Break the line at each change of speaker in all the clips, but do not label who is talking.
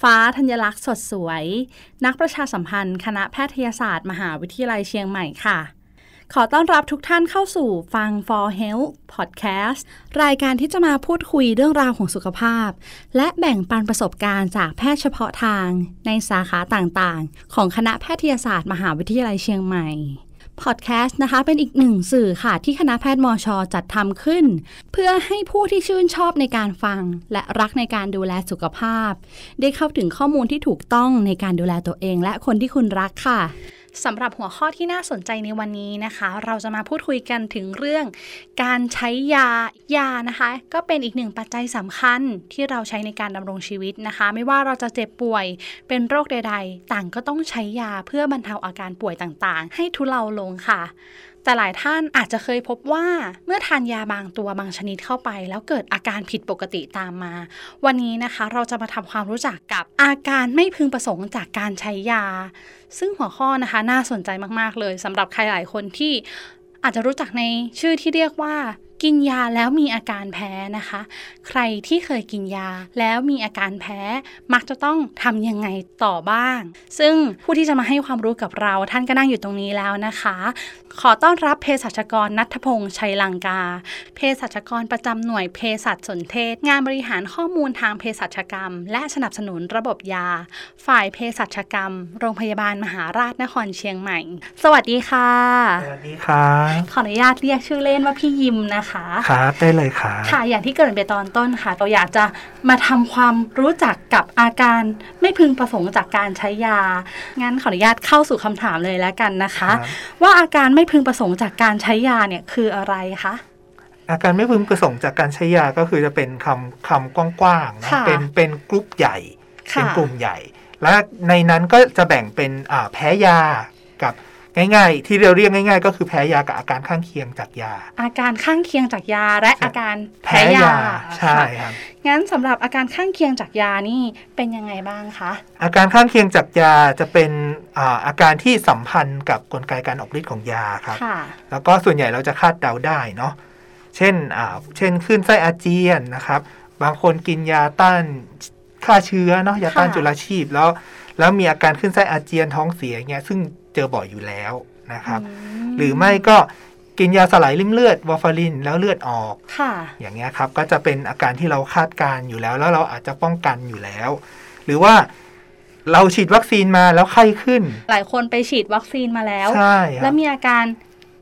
ฟ้าธัญลักษณ์สดสวย นักประชาสัมพันธ์ คณะแพทยศาสตร์ มหาวิทยาลัยเชียงใหม่ค่ะ ขอต้อนรับทุกท่านเข้าสู่ฟัง For Health Podcast รายการที่จะมาพูดคุยเรื่องราวของสุขภาพ และแบ่งปันประสบการณ์จากแพทย์เฉพาะทางในสาขาต่างๆ ของคณะแพทยศาสตร์ มหาวิทยาลัยเชียงใหม่ พอดแคสต์นะคะเป็นอีกหนึ่งสื่อค่ะที่คณะแพทย์มอชอจัดทำขึ้น เพื่อให้ผู้ที่ชื่นชอบในการฟัง และรักในการดูแลสุขภาพ ได้เข้าถึงข้อมูลที่ถูกต้องในการดูแลตัวเอง และคนที่คุณรักค่ะ สำหรับหัวข้อที่น่าสนใจในวันนี้นะคะ เราจะมาพูดคุยกันถึงเรื่อง การใช้ยายานะคะ ก็เป็นอีกหนึ่งปัจจัยสำคัญที่เราใช้ในการดำรงชีวิตนะคะ ไม่ว่าเราจะเจ็บป่วยเป็นโรคใด ๆ ต่างก็ต้องใช้ยาเพื่อบรรเทาอาการป่วยต่างๆ ให้ทุเลาลงค่ะ แต่หลายท่านอาจจะเคยพบว่าเมื่อทานยาบางตัวบางชนิดเข้าไป แล้วเกิดอาการผิดปกติตามมา วันนี้นะคะเราจะมาทำความรู้จักกับอาการไม่พึงประสงค์จากการใช้ยา ซึ่งหัวข้อนะคะน่าสนใจมาก ๆ เลยสำหรับใครหลายคนที่อาจจะรู้จักในชื่อที่เรียกว่า กินยาแล้วมีอาการแพ้นะคะ ใครที่เคยกินยาแล้วมีอาการแพ้ มักจะต้องทำยังไงต่อบ้าง ซึ่งผู้ที่จะมาให้ความรู้กับเราท่านก็นั่งอยู่ตรงนี้แล้วนะคะ ขอต้อนรับเภสัชกรนัทพงษ์ชัยลังกา เภสัชกรประจำหน่วยเภสัชสนเทศ งานบริหารข้อมูลทางเภสัชกรรม และสนับสนุนระบบยา ฝ่ายเภสัชกรรม โรงพยาบาลมหาราชนครเชียงใหม่ สวัสดีค่ะ
สวัสดีครับ
ขออนุญาตเรียกชื่อเล่นว่าพี่ยิมนะคะ
ครับได้เลยครับ
ค่ะ อย่างที่เกรินไปตอนต้นค่ะ เราอยากจะมาทำความรู้จักกับอาการไม่พึงประสงค์จากการใช้ยา งั้นขออนุญาตเข้าสู่คำถามเลยแล้วกันนะคะ
ครับ
ว่าอาการไม่พึงประสงค์จากการใช้ยาเนี่ยคืออะไรคะ
อาการไม่พึงประสงค์จากการใช้ยาก็คือจะเป็นคำคำกว้างๆนะ
ค่ะ
เป็นเป็นกลุ่มใหญ่ เป็น
ค่ะ
กลุ่มใหญ่ และในนั้นก็จะแบ่งเป็นอ่าแพ้ยากับง่ายๆ ที่เราเรียกง่าย ๆ ก็คือแพ้ยากับอาการข้างเคียงจากยา
อาการข้างเคียงจากยาและ
ใช่
อาการแพ้ยา
ใช่
ค่ะ
ครับ
งั้นสำหรับอาการข้างเคียงจากยานี่เป็นยังไงบ้างคะ
อาการข้างเคียงจากยาจะเป็นอ่าอาการที่สัมพันธ์กับกลไกการออกฤทธิ์ของยาครับ
ค่ะ
แล้วก็ส่วนใหญ่เราจะคาดเดาได้เนาะ เช่น อ่า เช่นขึ้นไส้อาเจียนนะครับ บางคนกินยาต้านฆ่าเชื้อเนาะ ยาต้าน
ค่ะ
จุลชีพแล้ว แล้วมีอาการขึ้นไส้อาเจียนท้องเสียเงี้ย ซึ่งเจอบ่อยอยู่แล้วนะครับ
อื
หรือไม่ก็กินยาสลายริ่มเลือดวอร์ฟารินแล้วเลือดออก
ค่ะ
อย่างเงี้ยครับ ก็จะเป็นอาการที่เราคาดการณ์อยู่แล้ว แล้วเราอาจจะป้องกันอยู่แล้ว หรือว่าเราฉีดวัคซีนมาแล้วไข้ขึ้น
หลายคนไปฉีดวัคซีนมาแล้ว
ใช่ค
แล้
รั
ว
บ
มีอาการ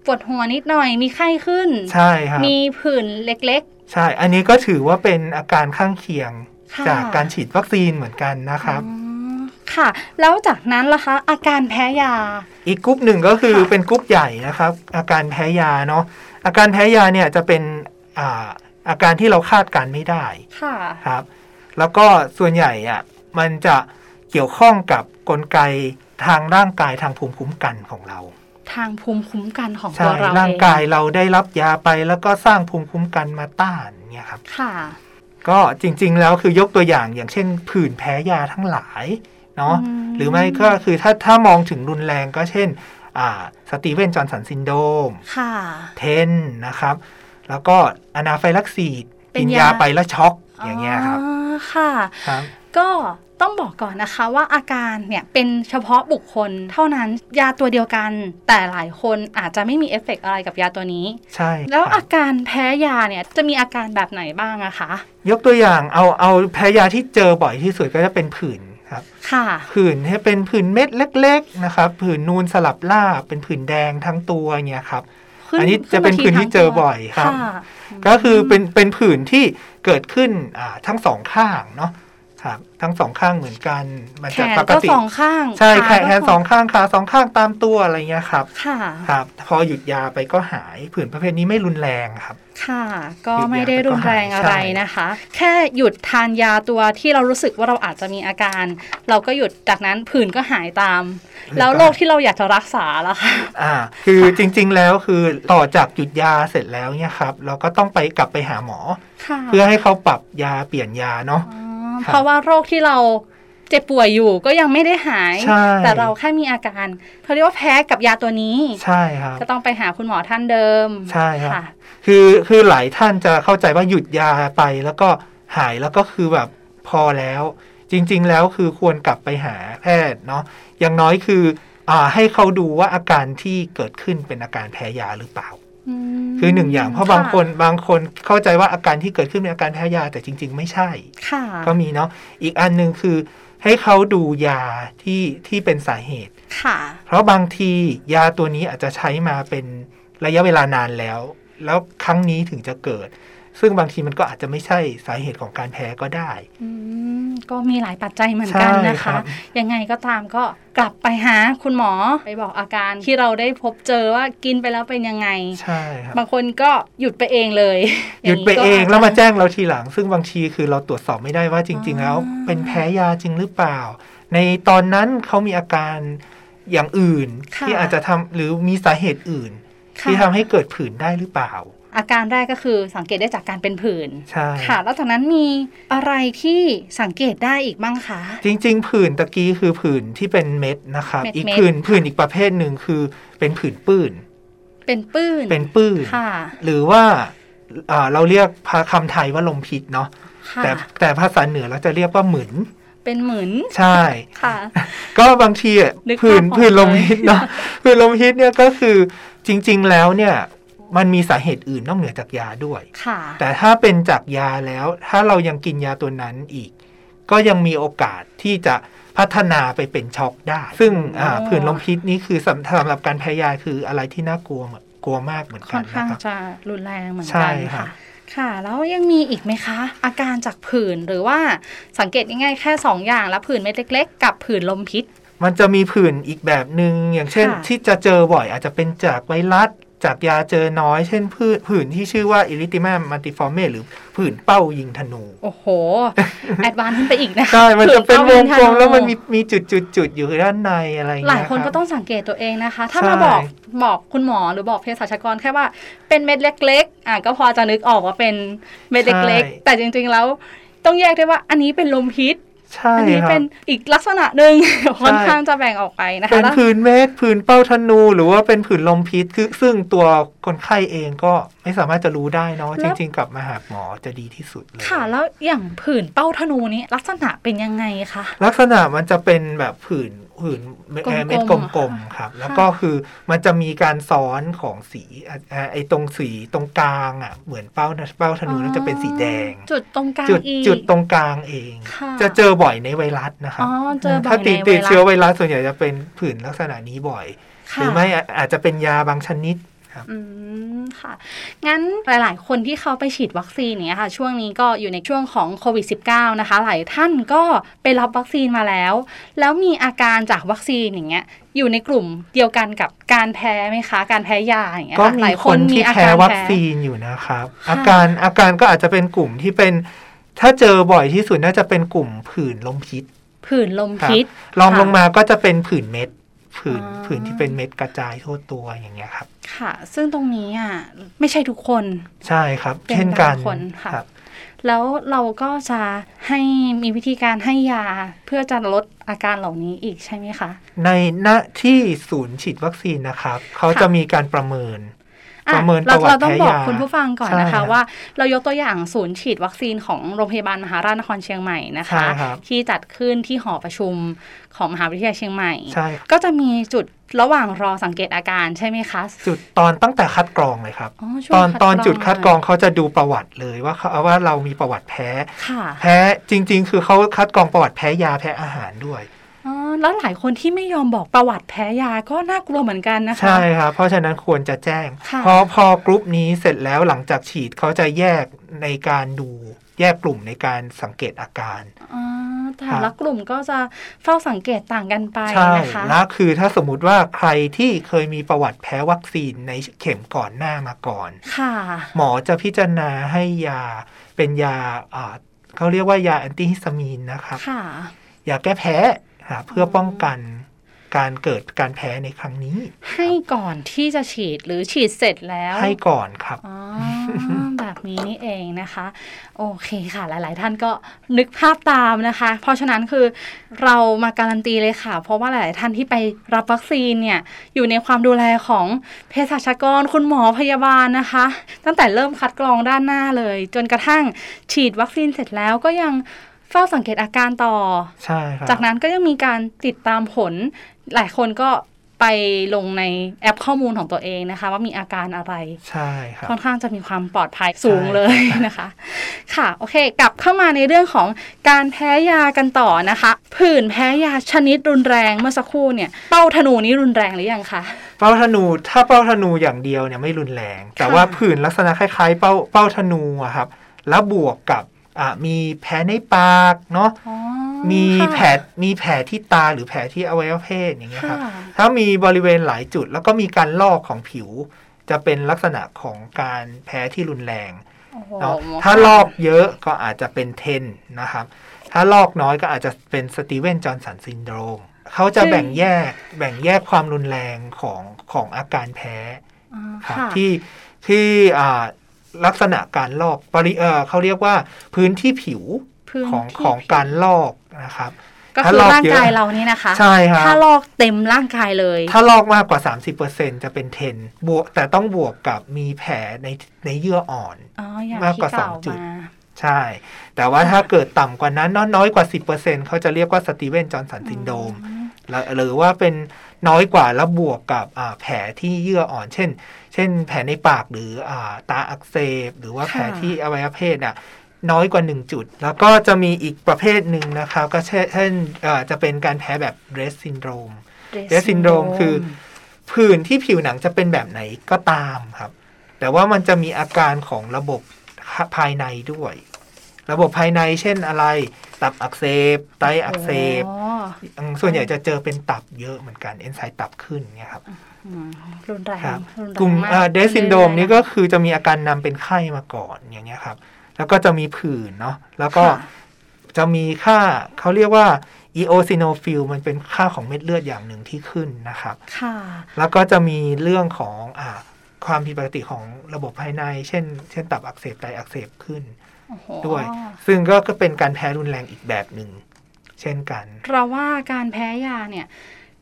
ปวดหัวนิดหน่อย มีไข้ขึ้น
ใช่ครับ
มีผื่นเล็ก
ใช่ อันนี้ก็ถือว่าเป็นอาการข้างเคียง
ๆ ค่ะ
จากการฉีดวัคซีนเหมือนกันนะครับ
อืมค่ะ แล้วจากนั้นล่ะคะ อาการแพ้ยา
อีกกลุ่มหนึ่งก็คือ
ค่ะ
เป็นกลุ่มใหญ่นะครับ อาการแพ้ยาเนาะ อาการแพ้ยาเนี่ยจะเป็นอ่าอาการที่เราคาดการไม่ได้
ค่ะ
ครับ แล้วก็ส่วนใหญ่อะมันจะเกี่ยวข้องกับกลไกทางร่างกายทางภูมิคุ้มกันของเรา
ทางภูมิคุ้มกันของ
ใช่
ตัวเรา
ร่าง
เอง
กายเราได้รับยาไปแล้วก็สร้างภูมิคุ้มกันมาต้านเนี่ยครับ
ค่ะ
ก็จริงๆ แล้วคือยกตัวอย่างอย่างเช่นผื่นแพ้ยาทั้งหลายเนาะ
อืม
หรือไม่ก็คือถ้าถ้ามองถึงรุนแรงก็เช่นอ่าสตีเวนจอห์นสันซินโดรม
ค่ะ
เทนนะครับ แล้วก็อนาไฟลักซีด
เป็น
กิน
ยา
ยาไปแล้วช็อกอย่างเงี้ยครับ
อ๋อค่ะ
ครับ
ก็ต้องบอกก่อนนะคะว่าอาการเนี่ยเป็นเฉพาะบุคคลเท่านั้นยาตัวเดียวกัน แต่หลายคนอาจจะไม่มีเอฟเฟกต์อะไรกับยาตัวนี้
ใช่
แล้ว
ครั
อา
บ
การแพ้ยาเนี่ยจะมีอาการแบบไหนบ้างอะคะ
ยกตัวอย่างเอาเอาแพ้ยาที่เจอบ่อยที่สุดก็จะเป็นผื่นครับ
ค่ะ
ผื่นให้เป็นผื่นเม็ดเล็ก ๆ นะครับผื่นนูนสลับล่าบเป็นผื่นแดงทั้งตัวเงี้ยครับ
ขึ้
อันนี้จะเป็น
มา
ผื่นที่เจ
ทั้
อ
งตัว
บ่อยครับ
ะ
ก็คือเป็นเป็นผื่นที่เกิดขึ้นอ่าทั้งสองข้างเนาะ ครับทั้งสองข้างเหมือนกันมัน
แข
จะ
น
ปก
ก็
ติ
สองข้าง
ใช่แข
ขาก็
นแขนสองข้างขาสองข้างตามตัวอะไรเงี้ยครับ
ค่ะ
ครับ พอหยุดยาไปก็หายผื่นประเภทนี้ไม่รุนแรงครับ
ค่ะ ก็ไม่ได้รุนแรง
หยุดยาไป
อะ
ก็หาย
ไรนะคะ แค่หยุดทานยาตัวที่เรารู้สึกว่าเราอาจจะมีอาการ เราก็หยุดจากนั้นผื่นก็หายตาม แล้วโรคที่เราอยากจะรักษาล่ะคะ
อ่า คือจริงๆแล้วคือต่อจากหยุดยาเสร็จแล้วเนี่ยครับ เราก็ต้องไปกลับไปหาหมอ
ค่ะ
เพื่อให้เขาปรับยาเปลี่ยนยาเนาะ
อ๋อ
ครับ
เพราะว่าโรคที่เราเจ็บป่วยอยู่ก็ยังไม่ได้หาย
ใช่
แต่เราแค่มีอาการเขาเรียกว่าแพ้กับยาตัวนี้
ใช่ครับ
ก็ต้องไปหาคุณหมอท่านเดิม
ใช่ครับ
ค่ะ
คือคือหลายท่านจะเข้าใจว่าหยุดยาไปแล้วก็หายแล้วก็คือแบบพอแล้ว จริง ๆ แล้วคือควรกลับไปหาแพทย์เนาะอย่างน้อยคืออ่าให้เขาดูว่าอาการที่เกิดขึ้นเป็นอาการแพ้ยาหรือเปล่า
อืม
คือหนึ่งอย่างเพราะบางคนบางคนเข้าใจว่าอาการที่เกิดขึ้นเป็นอาการแพ้ยาแต่จริง ๆ ไม่ใช่
ค่ะ
ก็มีเนาะอีกอันหนึ่งคือให้เขาดูยาที่ที่เป็นสาเหตุ
ค่ะ
เพราะบางทียาตัวนี้อาจจะใช้มาเป็นระยะเวลานานแล้ว แล้วครั้งนี้ถึงจะเกิด ซึ่งบางทีมันก็อาจจะไม่ใช่สาเหตุของการแพ้ก็ได้
อืมก็มีหลายปัจจัยเหมือนกันนะ
ใช่ครั
คะ
บ
ยังไงก็ตามก็กลับไปหาคุณหมอไปบอกอาการที่เราได้พบเจอว่ากินไปแล้วเป็นยังไง
ใช่ครับ
บางคนก็หยุดไปเองเลย
หยุดไป
า
เอง
ก็
แล้วมาแจ้งเราทีหลัง ซึ่งบางทีคือเราตรวจสอบไม่ได้ว่าจริง ๆ
อ่า
แล้วเป็นแพ้ยาจริงหรือเปล่า ในตอนนั้นเขามีอาการอย่างอื่น ที่อาจจะทำหรือมีสาเหตุอื่น ที่ทำ
ค่ะ
ให้เกิดผื่นได้หรือเปล่า
อาการแรกก็คือสังเกตได้จากการเป็นผื่น
ใช่
ค่ะ แล้วจากนั้นมีอะไรที่สังเกตได้อีกบ้างคะ
จริง ๆ ผื่นตะกี้คือผื่นที่เป็นเม็ดนะครับ
เม็ดๆ
อีกผื่นผื่นอีกประเภทหนึ่งคือเป็นผื่นปื้น
เป็นปื้น
เป็นปื้น
ค่ะ
หรือว่าอ่าเราเรียกภาคำไทยว่าลมพิษเนาะ
ค่ะ
แต่แต่ภาษาเหนือเราจะเรียกว่าหมึน
เป็นเหมือน
ใช่
ค่ะ
ก็บางทีอะ
นึกภาพ
ผื่
อ
น
อก
ผื่นลม
เลย
พิษเนาะผื่นลมพิษเนี่ยก็คือจริง ๆ แล้วเนี่ยมันมีสาเหตุอื่นนอกเหนือจากยาด้วย
ค่ะ
แต่ถ้าเป็นจากยาแล้ว ถ้าเรายังกินยาตัวนั้นอีก ก็ยังมีโอกาสที่จะพัฒนาไปเป็นช็อกได้ ซึ่งอ่า
อ๋อ
ผื่นลมพิษนี่คือสำสำหรับการแพ้ยาคืออะไรที่น่ากลัวเหมือนกลัวมากเหมือน
ค่
กั
อนนข้าง
นะครับ
จะรุนแรงเหมือน
ใช่
กัน
ครั
ค่ะ
บ
ค่ะ แล้วยังมีอีกไหมคะ อาการจากผื่นหรือว่าสังเกตง่ายๆแค่สองอย่างแล้วผื่นเม็ดเล็กๆ กับผื่นลมพิษ
มันจะมีผื่นอีกแบบหนึง่งอย่างเช่น
ค่ะ
ที่จะเจอบ่อยอาจจะเป็นจากไวรัสจากยาเจอน้อย เช่นพืชผื่นที่ชื่อว่าอิริติมามัลติฟอร์เมหรือผื่นเป้ายิงธนู
โอ้โห แอดวานซ์ขึ้นไปอีกนะคะ
ใช่ มันจะเป็นว
ผื่
ง
ต้
กล
อ
มแล้วมันมี
ทา
มีจุดจุดจุดๆๆอยู่ด้านในอะไรอย่ง
หลาย
เงี้ย
คน
รับ
ก็ต้องสังเกตตัวเองนะคะ ถ้า
ใช่
มาบอกบอกคุณหมอหรือบอกเภสัชกรแค่ว่าเป็นเม็ดเล็ก ๆ อ่ะก็พอจะนึกออกว่าเป็นเม็ดเล็ก ๆ แต่จริงๆแล้วต้องแยกด้วยว่าอันนี้เป็นลมพิษ
ใช่
อันนี้
ครับ
เป็นอีกลักษณะหนึ่ง ค่อนข้างจะแบ่งออกไปนะคะ
เป็น
แล้ว
ผื่นเมฆผื่นเป้าธนู หรือว่าเป็นผื่นลมพิษคือซึ่งตัวคนไข้เองก็ไม่สามารถจะรู้ได้เนอะว่า
แล้
จ
ว
ริง ๆ กลับมาหาหมอจะดีที่สุดเลย
ค่ะ แล้วอย่างผื่นเป้าธนูนี้ลักษณะเป็นยังไงคะ
ลักษณะมันจะเป็นแบบผื่นผื่นเม็ด
กลมๆ
เอ่อเม็ดกลมๆครับ แล้วก็คือมันจะมีการซ้อนของสีอ่ะอ่ะไอ้ตรงสีตรงกลางอ่ะเหมือนเป้านะเป้าธนู
อ๋อ
น่าจะเป็นสีแดง
จุดตรงกลาง
จุด
อีก
จุดตรงกลางเอง
ค่ะ
จะเจอบ่อยในไวรัสนะครั
อ๋
บ
อเจอบ่อ
ถ้าย ติด
ใน
ติด
ไวรัส
เชื้อไวรัสส่วนใหญ่จะเป็นผื่นลักษณะนี้บ่อย ห
ค่ะ
รือไม่อ่ะอาจจะเป็นยาบางชนิด
อืมค่ะ งั้นหลาย ๆ คนที่เขาไปฉีดวัคซีนเนี่ยค่ะ ช่วงนี้ก็อยู่ในช่วงของโควิด -19 นะคะ หลายท่านก็ไปรับวัคซีนมาแล้ว แล้วมีอาการจากวัคซีนอย่างเงี้ย อยู่ในกลุ่มเดียวกันกับการแพ้ไหมคะ การแพ้ยาอย่างเงี้ย
ก็
ค่ะห
มี
ลาย
คนที่
อา
แพ้
การ
วัคซีนอยู่นะครับ
ค่ะ
อาการอาการก็อาจจะเป็นกลุ่มที่เป็น ถ้าเจอบ่อยที่สุดน่าจะเป็นกลุ่มผื่นลมพิษ
ผื่นลม
ครับ
พิษ
รองลงมาก็จะเป็นผื่นเม็ดผื่น
อ๋อ
ผื่นที่เป็นเม็ดกระจายทั่วตัวอย่างเงี้ยครับ
ค่ะ ซึ่งตรงนี้อ่ะไม่ใช่ทุกคน
ใช่ครับ
เป็น
เช่นกัน
บางคนค่ะ
ครับ
แล้วเราก็จะให้มีวิธีการให้ยาเพื่อจะลดอาการเหล่านี้อีกใช่ไหมคะ
ในณที่ศูนย์ฉีดวัคซีนนะครับ เขา
ค่ะ
จะมีการประเมิน
อ่
ประเมิน
เรา
ประวัติ
เราต้องบอก
แพ้ยา
คุณผู้ฟังก่อน
ใช่
นะ
ครั
คะ
บ
ว่าเรายกตัวอย่างศูนย์ฉีดวัคซีนของโรงพยาบาลมหาราชนครเชียงใหม่นะ
ใช่
คะ
ครับ
ที่จัดขึ้นที่หอประชุมของมหาวิทยาลัยเชียงใหม่
ใช่
ก็จะมีจุดระหว่างรอสังเกตอาการใช่ไหมคะ
จุดตอนตั้งแต่คัดกรองเลยครับ
ช่วง
ตอนตอน
กร
จุดคัดกรองเขาจะดูประวัติเลยว่าเขาว่าเรามีประวัติแพ้
ค่ะ
แพ้จริง ๆ คือเขาคัดกรองประวัติแพ้ยาแพ้อาหารด้วย
อ๋อแล้วหลายคนที่ไม่ยอมบอกประวัติแพ้ยาก็น่ากลัวเหมือนกันนะคะ
ใช่ครับเพราะฉะนั้นควรจะแจ้ง
ค่ะ
พอพอกรุ๊ปนี้เสร็จแล้วหลังจากฉีดเขาจะแยกในการดู แยกกลุ่มในการสังเกตอาการ
อ่า แต่ละกลุ่มก็จะเฝ้าสังเกตต่างกันไป
ใช่
นะคะ
และคือถ้าสมมติว่าใครที่เคยมีประวัติแพ้วัคซีนในเข็มก่อนหน้ามาก่อน
ค่ะ
หมอจะพิจารณาให้ยาเป็นยาอ่าเขาเรียกว่ายาแอนติฮิสตามีนนะครับ
ค่ะ
ยาแก้แพ้อ่าเพื่อป้องกันการเกิดการแพ้ในครั้งนี้
ให้ก่อนที่จะฉีดหรือฉีดเสร็จแล้ว
ให้ก่อนครับ
อ๋อ แบบนี้นี่เองนะคะ โอเคค่ะ หลาย ๆ ท่านก็นึกภาพตามนะคะ เพราะฉะนั้นคือเรามาการันตีเลยค่ะ เพราะว่าหลาย ๆ ท่านที่ไปรับวัคซีนเนี่ย อยู่ในความดูแลของเภสัชกรคุณหมอพยาบาลนะคะ ตั้งแต่เริ่มคัดกรองด้านหน้าเลย จนกระทั่งฉีดวัคซีนเสร็จแล้วก็ยังเฝ้าสังเกตอาการต่อ
ใช่ครับ
จากนั้นก็ยังมีการติดตามผล หลายคนก็ไปลงในแอปข้อมูลของตัวเองนะคะ ว่ามีอาการอะไร
ใช่ครับ
ค่อนข้างจะมีความปลอดภัยสูงเลยนะคะ ค่ะ โอเค กลับเข้ามาในเรื่องของการแพ้ยากันต่อนะคะ ผื่นแพ้ยาชนิดรุนแรงเมื่อสักครู่เนี่ย เป้าธนูนี้รุนแรงหรือยังคะ
เป้าธนูถ้าเป้าธนูอย่างเดียวเนี่ยไม่รุนแรง แต่ว่าผื่นลักษณะคล้ายๆ เป้าเป้าธนูอะครับ แล้วบวกกับอ่ะมีแผลในปากเนาะ
อ๋อ
มี
ค่ะ
แผลมีแผลที่ตาหรือแผลที่อวัยวะเพศอย่างเงี้ยค
ค่ะ
รับ ถ้ามีบริเวณหลายจุดแล้วก็มีการลอกของผิว จะเป็นลักษณะของการแพ้ที่รุนแรง
โอ้โห
เนาะถ้าลอกเยอะก็อาจจะเป็นเทนนะครับ ถ้าลอกน้อยก็อาจจะเป็นสตีเวนจอห์นสันซินโดรมเขาจะแบ่งแยกแบ่งแยกความรุนแรงของของอาการแพ้
อ่า
ครับ
ค่ะ
ที่ที่อ่าลักษณะการลอกปริเออเขาเรียกว่าพื้นที่ผิว
พื้น
ของ
ที่
ของการลอกนะครับ
ก็
ถ้า
คือ
ลอก
ร่าง
เยอะ
กายเรานี่นะคะ
ใช่ครับ
ถ้าลอกเต็มร่างกายเลย
ถ้าลอกมากกว่า 30%จะเป็น 10 บวก แต่ต้องบวกกับมีแผลในในเยื่ออ่อน
อ๋ออย่าง
มาก
ที่
กว่าก
ล่าว
สองจุด
มา
ใช่ แต่ว่าถ้าเกิดต่ำกว่านั้นน้อยกว่า 10%เขาจะเรียกว่าสตีเวนจอห์นสันซินโดม
อืม
หรือว่าเป็นน้อยกว่าแล้วบวกกับอ่าแผลที่เยื่ออ่อน เช่น เช่น แผลในปากหรืออาตาอักเสบ หรือว่าแผลที่อวัยวะเพศน่ะน้อยกว่า 1 จุด แล้วก็จะมีอีกประเภทหนึ่งนะครับ ก็เช่นเช่นอ่าจะเป็นการแพ้แบบเรสซินโดม เดสซินโดรมคือผื่นที่ผิวหนังจะเป็นแบบไหนก็ตามครับ แต่ว่ามันจะมีอาการของระบบภายในด้วย ระบบภายในเช่นอะไร ตับอักเสบ ไตอักเสบ
อ๋อ
อืมส่วนใหญ่จะเจอเป็นตับเยอะเหมือนกันเอนไซม์ตับขึ้นเนี่ยครับ
อืมรุนแรง
ครับ
รุนแรง
กลุ่ม
า
เดสซินโดมนี่ก็
เรื่อย
คือจะมีอาการนำเป็นไข้มาก่อนอย่างเงี้ยครับ แล้วก็จะมีผื่นเนาะแล้วก็
ค่ะ
จะมีค่าเขาเรียกว่า eosinophil มันเป็นค่าของเม็ดเลือดอย่างหนึ่งที่ขึ้นนะครับ
ๆค่ะ
แล้วก็จะมีเรื่องของอาความผิดปกติของระบบภายใน เช่น เช่นตับอักเสบไตอักเสบขึ้น
โอ้โห
ด้วย ซึ่งก็ก็เป็นการแพ้รุนแรงอีกแบบหนึ่ง เช่นกัน
เราว่าการแพ้ยาเนี่ย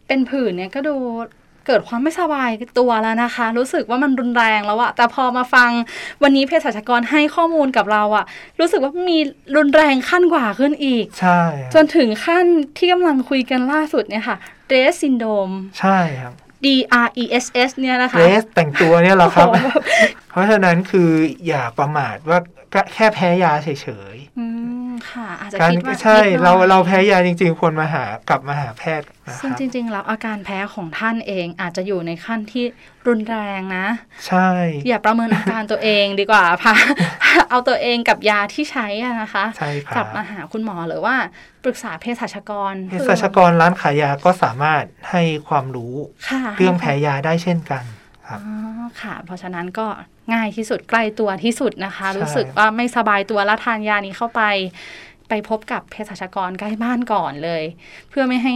เป็นผื่นเนี่ยก็ดูเกิดความไม่สบายตัวแล้วนะคะ รู้สึกว่ามันรุนแรงแล้วอะแต่พอมาฟังวันนี้เภสัชกรให้ข้อมูลกับเราอะรู้สึกว่ามีรุนแรงขั้นกว่าขึ้นอีก
ใช่ค
จ
รับ
นถึงขั้นที่กำลังคุยกันล่าสุดเนี่ยค่ะเดสซินโดม
ใช่ครับ
D R E S S เนี่ยนะคะ
เดรสแต่งตัวเนี่ยเหรอ ครับ
โอ้โห
เพราะฉะนั้นคืออย่าประมาทว่าก็แค่แพ้ยาเฉย
อืมค่ะ อาจจะ
ๆการ
คิดว่า
ใช่
นิดหน่อย
เราเราแพ้ยาจริง ๆ ควรมาหากลับมาหาแพทย์นะค
ซึ่ง
รับ
จริง ๆ แล้วอาการแพ้ของท่านเองอาจจะอยู่ในขั้นที่รุนแรงนะ
ใช่
อย่าประเมินอาการตัวเองดีกว่า พา เอาตัวเองกับยาที่ใช้อะนะคะ
ใช่ค
กลั
รั
บบ มาหาคุณหมอหรือว่าปรึกษาเภสัชกร
เภสัชกรร้านขายยาก็สามารถให้ความรู้
ค่ะ
เรื่องแพ้ยาได้เช่นกันครับ
อ๋อค่ะ เพราะฉะนั้นก็ง่ายที่สุดใกล้ตัวที่สุดนะคะ
ใช่
รู้สึกว่าไม่สบายตัวแล้วทานยานี้เข้าไป ไปพบกับเภสัชกรใกล้บ้านก่อนเลย เพื่อไม่ให้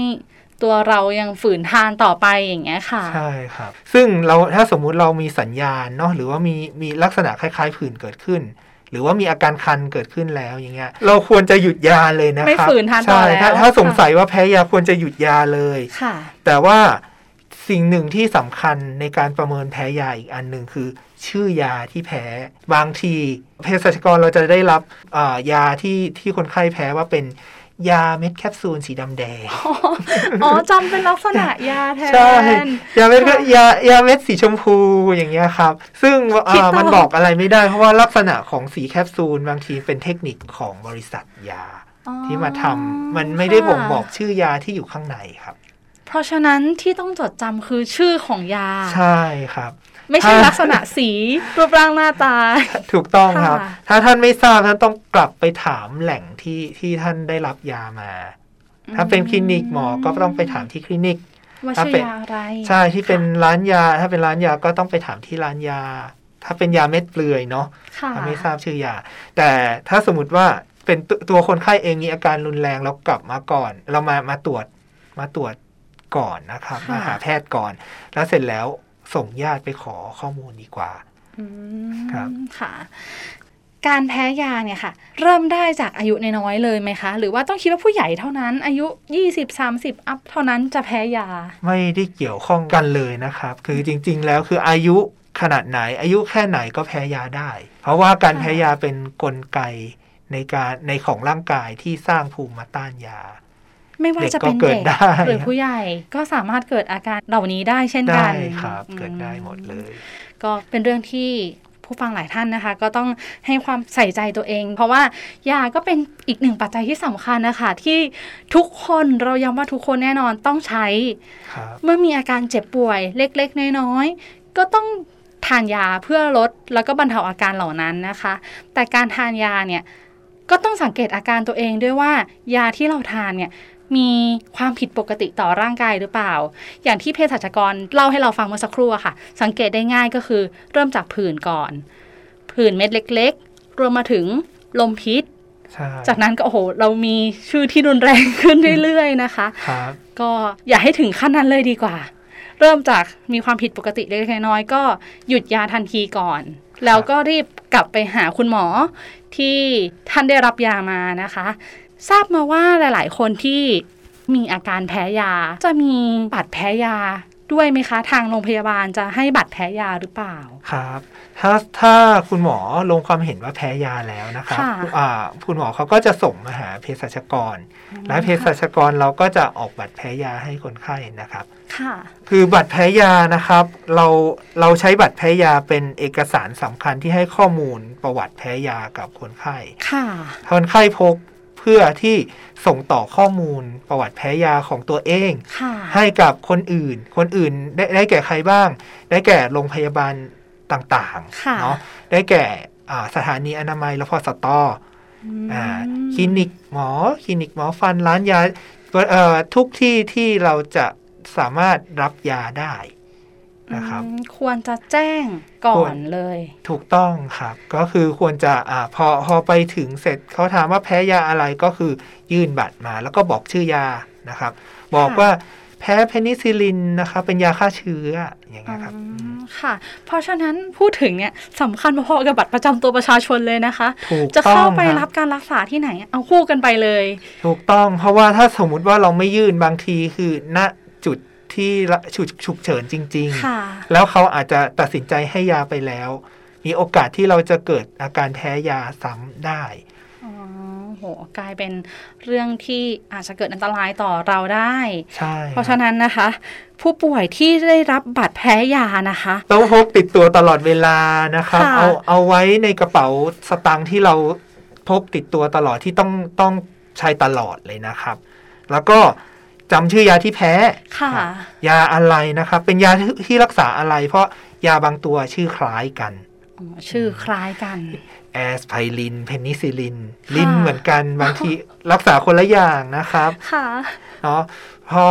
ตัวเรายังฝืนทานต่อไปอย่างเงี้ยค่ะ
ใช่ครับ ซึ่งเราถ้าสมมุติเรามีสัญญาณเนาะหรือว่ามีมีลักษณะคล้ายๆผื่นเกิดขึ้น หรือว่ามีอาการคันเกิดขึ้นแล้วอย่างเงี้ยเราควรจะหยุดยาเลยนะครับ
ไม่ฝืนทานต่อ
ใช่ถ้า
แล้ว
ถ้าสงสัยว่าแพ้ยาควรจะหยุดยาเลย
ค่ะ
แต่ว่าสิ่งหนึ่งที่สำคัญในการประเมินแพ้ยาอีกอันหนึ่งคือ ชื่อยาที่แพ้บางทีเภสัชกรเราจะได้รับอ่ายาที่ที่คนไข้แพ้ว่าเป็นยาเม็ดแคปซูลสีดำแดง
อ๋อจำเป็นลักษณะยาแท
ใช่
น
ยาเม็ดก็
ค่ะ
ยายาเม็ดสีชมพูอย่างเงี้ยครับ ซึ่ง
คิด
อ่า
ต่อ
มันบอกอะไรไม่ได้เพราะว่าลักษณะของสีแคปซูล บางทีเป็นเทคนิคของบริษัทยา
อ๋อ
ที่มาทำมันไม่ได้บ่งบอก
ค่ะ
ชื่อยาที่อยู่ข้างในครับ
เพราะฉะนั้นที่ต้องจดจำคือชื่อของยา
ใช่ครับ
ไม่ใช่ลักษณะ สีรูปร่างหน้าตา
ถูกต้องครับ
ค่ะ
ถ้าท่านไม่ทราบท่านต้องกลับไปถามแหล่งที่ที่ท่านได้รับยามา ถ้าเป็นคลินิกหมอก็ต้องไปถามที่คลินิก
ว่า
ถ้า
ชื่
เป็
อน ยาอะไร
ใช่ที่เป็นร้านยา ถ้าเป็นร้านยาก็ต้องไปถามที่ร้านยา ถ้าเป็นยาเม็ดเปลือยเนาะ
ค่ะ
ไม่ทราบชื่อยา แต่ถ้าสมมติว่าเป็นตตัวคนไข้เองมีอาการรุนแรงแล้วกลับมาก่อน เรามามาตรวจมาตรวจก่อนนะครับ
ค่ะ
มาหาแพทย์ก่อน แล้วเสร็จแล้วส่งญาติไปขอข้อมูลดีกว่า
อืม
ครับ
ค่ะ การแพ้ยาเนี่ยค่ะ เริ่มได้จากอายุน้อยๆเลยไหมคะ หรือว่าต้องคิดว่าผู้ใหญ่เท่านั้น อายุ 20-30 อัพเท่านั้นจะแพ้ยา
ไม่ได้เกี่ยวข้องกันเลยนะครับ คือจริง ๆ แล้วคืออายุขนาดไหน อายุแค่ไหนก็แพ้ยาได้ เพราะว่าการ
ค่ะ
แพ้ยาเป็นกลไกในการในของร่างกายที่สร้างภูมิมาต้านยา
ไม่ว่าจะเป็น
เด็
เด็
ก
ก
ก็เกิดได้
หรือผู้ใหญ่ก็สามารถเกิดอาการเหล่านี้ได้เช่นกั
ได้
น
ครับ
อื
เกิดได้หมดเลย
ก็เป็นเรื่องที่ผู้ฟังหลายท่านนะคะ ก็ต้องให้ความใส่ใจตัวเอง เพราะว่ายาก็เป็นอีกหนึ่งปัจจัยที่สำคัญนะคะที่ทุกคนเราย้ำว่าทุกคนแน่นอนต้องใช้
ครับ
เมื่อมีอาการเจ็บป่วยเล็กๆ น้อยๆ ก็ต้องทานยาเพื่อลดแล้วก็บรรเทาอาการเหล่านั้นนะคะ แต่การทานยาเนี่ยก็ต้องสังเกตอาการตัวเองด้วยว่ายาที่เราทานเนี่ยมีความผิดปกติต่อร่างกายหรือเปล่า อย่างที่เภสัชกรเล่าให้เราฟังเมื่อสักครู่อะค่ะ สังเกตได้ง่ายก็คือเริ่มจากผื่นก่อน ผื่นเม็ดเล็กๆ รวมมาถึงลมพิษ
ใช่
จากนั้นก็โอ้โหเรามีชื่อที่รุนแรงขึ้นเรื่อยๆนะคะ
ครับ
ก็อย่าให้ถึงขั้นนั้นเลยดีกว่า เริ่มจากมีความผิดปกติเล็กๆน้อยๆก็หยุดยาทันทีก่อน แล้วก็รีบกลับไปหาคุณหมอที่ท่านได้รับยามานะคะ ทราบมาว่าหลายๆ คนที่มีอาการแพ้ยา จะมีบัตรแพ้ยาด้วยไหมคะ ทางโรงพยาบาลจะให้บัตรแพ้ยาหรือเปล่า
ครับถ้าถ้าคุณหมอลงความเห็นว่าแพ้ยาแล้วนะครับ
ค่ะ
อ่าคุณหมอเขาก็จะส่งมาหาเภสัชกร และเภสัชกรเราก็จะออกบัตรแพ้ยาให้คนไข้นะครับ
ค่ะ
คือบัตรแพ้ยานะครับเราเราใช้บัตรแพ้ยาเป็นเอกสารสำคัญที่ให้ข้อมูลประวัติแพ้ยากับคนไข้
ค่ะ
คนไข้พกเพื่อที่ส่งต่อข้อมูลประวัติแพ้ยาของตัวเอง
ค่ะ
ให้กับคนอื่น คนอื่นได้ได้แก่ใครบ้าง ได้แก่โรงพยาบาลต่าง
ค่ะ
ๆ เนาะ ได้แก่อ่าสถานีอนามัยและพอสตออ่าคลินิกหมอ คลินิกหมอฟัน ร้านยาเอ่อทุกที่ที่เราจะสามารถรับยาได้นะครับ
อืมควรจะแจ้งก่อนเลย
ถูกต้องครับ ก็คือควรจะอาพอพอไปถึงเสร็จเขาถามว่าแพ้ยาอะไรก็คือยื่นบัตรมา แล้วก็บอกชื่อยานะครับ บอก
ค่ะ
ว่าแพ้เพนิซิลลินนะครับเป็นยาฆ่าเชื้ออย่างเงี้ยครับ
อื
อืม
มค่ะ เพราะฉะนั้นพูดถึงเนี่ยสำคัญพอๆกับบัตรประจำตัวประชาชนเลยนะคะ
ถูก
จะ
ต้
เข้า
อง
ไป
ค
รั
รั
บบ การรักษาที่ไหน เอาคู่กันไปเลย
ถูกต้อง เพราะว่าถ้าสมมุติว่าเราไม่ยื่นบางทีคือณจุดที่ละฉุกฉุกเฉินจริง
ค่ะ
ๆ แล้วเขาอาจจะตัดสินใจให้ยาไปแล้ว มีโอกาสที่เราจะเกิดอาการแพ้ยาซ้ำได้
อ๋อโหกลายเป็นเรื่องที่อาจจะเกิดอันตรายต่อเราได้
ใช่
เพราะฉะนั้นนะคะ ผู้ป่วยที่ได้รับบาดแพ้ยานะคะ
ต้องพกติดตัวตลอดเวลานะครับ
ค่ะ
เอาเอาไว้ในกระเป๋าสตางค์ที่เราพกติดตัวตลอดที่ต้องต้องใช้ตลอดเลยนะครับ แล้วก็จำชื่อยาที่แพ้
ค่ะ
ยาอะไรนะครับ เป็นยาที่ที่รักษาอะไร เพราะยาบางตัวชื่อคล้ายกัน
อ๋อ ชื่อคล้ายกัน
แอสไพรินเพนิซิลิน
ะ
ลินเหมือนกันบางทีรักษาคนละอย่างนะครับ
ค่ะ
เนาะพอ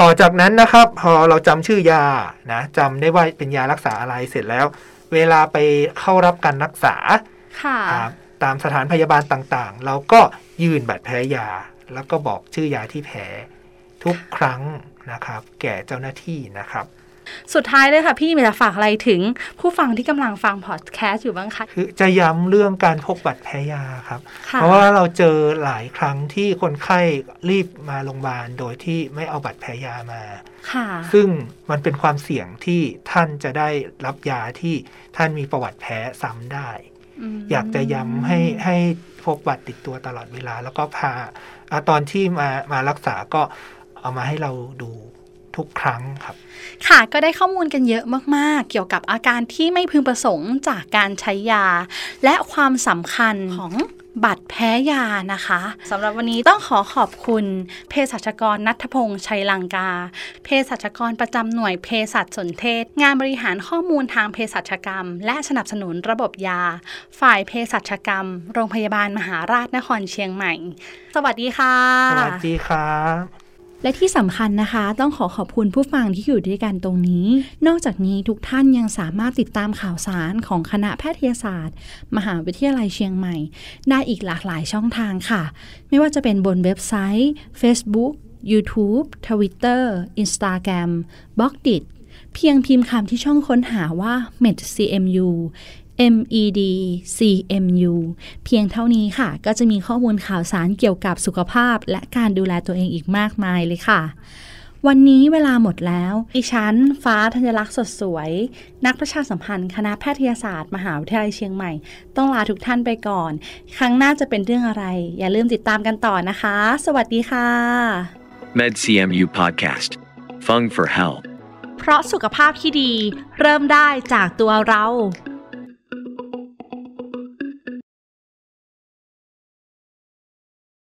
ต่อจากนั้นนะครับ พอเราจำชื่อยานะจำได้ว่าเป็นยารักษาอะไรเสร็จแล้ว เวลาไปเข้ารับการรักษา
ค่ะ
ครับตามสถานพยาบาลต่างๆ เราก็ยื่นบัตรแพ้ยา แล้วก็บอกชื่อยาที่แพ้ทุกครั้งนะครับ แก่เจ้าหน้าที่นะครับ
สุดท้ายเลยค่ะ พี่มีจะฝากอะไรถึงผู้ฟังที่กำลังฟังพอดแคสต์อยู่บ้างคะ
คือจะย้ำเรื่องการพกบัตรแพ้ยาครับ
ค่ะ
เพราะว่าเราเจอหลายครั้งที่คนไข้รีบมาโรงพยาบาลโดยที่ไม่เอาบัตรแพ้ยามา
ค่ะ
ซึ่งมันเป็นความเสี่ยงที่ท่านจะได้รับยาที่ท่านมีประวัติแพ้ซ้ำได้
ม
อยากจะย้ำให้ให้พกบัตรติดตัวตลอดเวลา แล้วก็พาอาตอนที่มามารักษาก็เอามาให้เราดูทุกครั้งครับ
ค่ะก็ได้ข้อมูลกันเยอะมากๆ เกี่ยวกับอาการที่ไม่พึงประสงค์จากการใช้ยา และความสำคัญของ บัตรแพ้ยานะคะสำหรับวันนี้ต้องขอขอบคุณเภสัชกรนัทพงษ์ชัยลังกาเภสัชกรประจำหน่วยเภสัชสนเทศ งานบริหารข้อมูลทางเภสัชกรรม และสนับสนุนระบบยา ฝ่ายเภสัชกรรม โรงพยาบาลมหาราชนครเชียงใหม่ สวัสดีค่ะ
สวัสดีครับ
และที่สำคัญนะคะ ต้องขอขอบคุณผู้ฟังที่อยู่ด้วยกันตรงนี้ นอกจากนี้ทุกท่านยังสามารถติดตามข่าวสารของคณะแพทยศาสตร์ มหาวิทยาลัยเชียงใหม่ ได้อีกหลากหลายช่องทางค่ะ ไม่ว่าจะเป็นบนเว็บไซต์ Facebook YouTube Twitter Instagram b l o g d i t เพียงพิมพ์คำที่ช่องค้นหาว่า medcmu medcmu เพียงเท่านี้ค่ะ ก็จะมีข้อมูลข่าวสารเกี่ยวกับสุขภาพ และการดูแลตัวเองอีกมากมายเลยค่ะ วันนี้เวลาหมดแล้ว
ดิฉัน ฟ้าธัญลักษณ์สดสวย นักประชาสัมพันธ์ คณะแพทยศาสตร์ มหาวิทยาลัยเชียงใหม่ ต้องลาทุกท่านไปก่อน ครั้งหน้าจะเป็นเรื่องอะไร อย่าลืมติดตามกันต่อนะคะ สวัสดีค่ะ
MedCMU Podcast. Fung for Help.
เพราะสุขภาพที่ดี เริ่มได้จากตัวเรา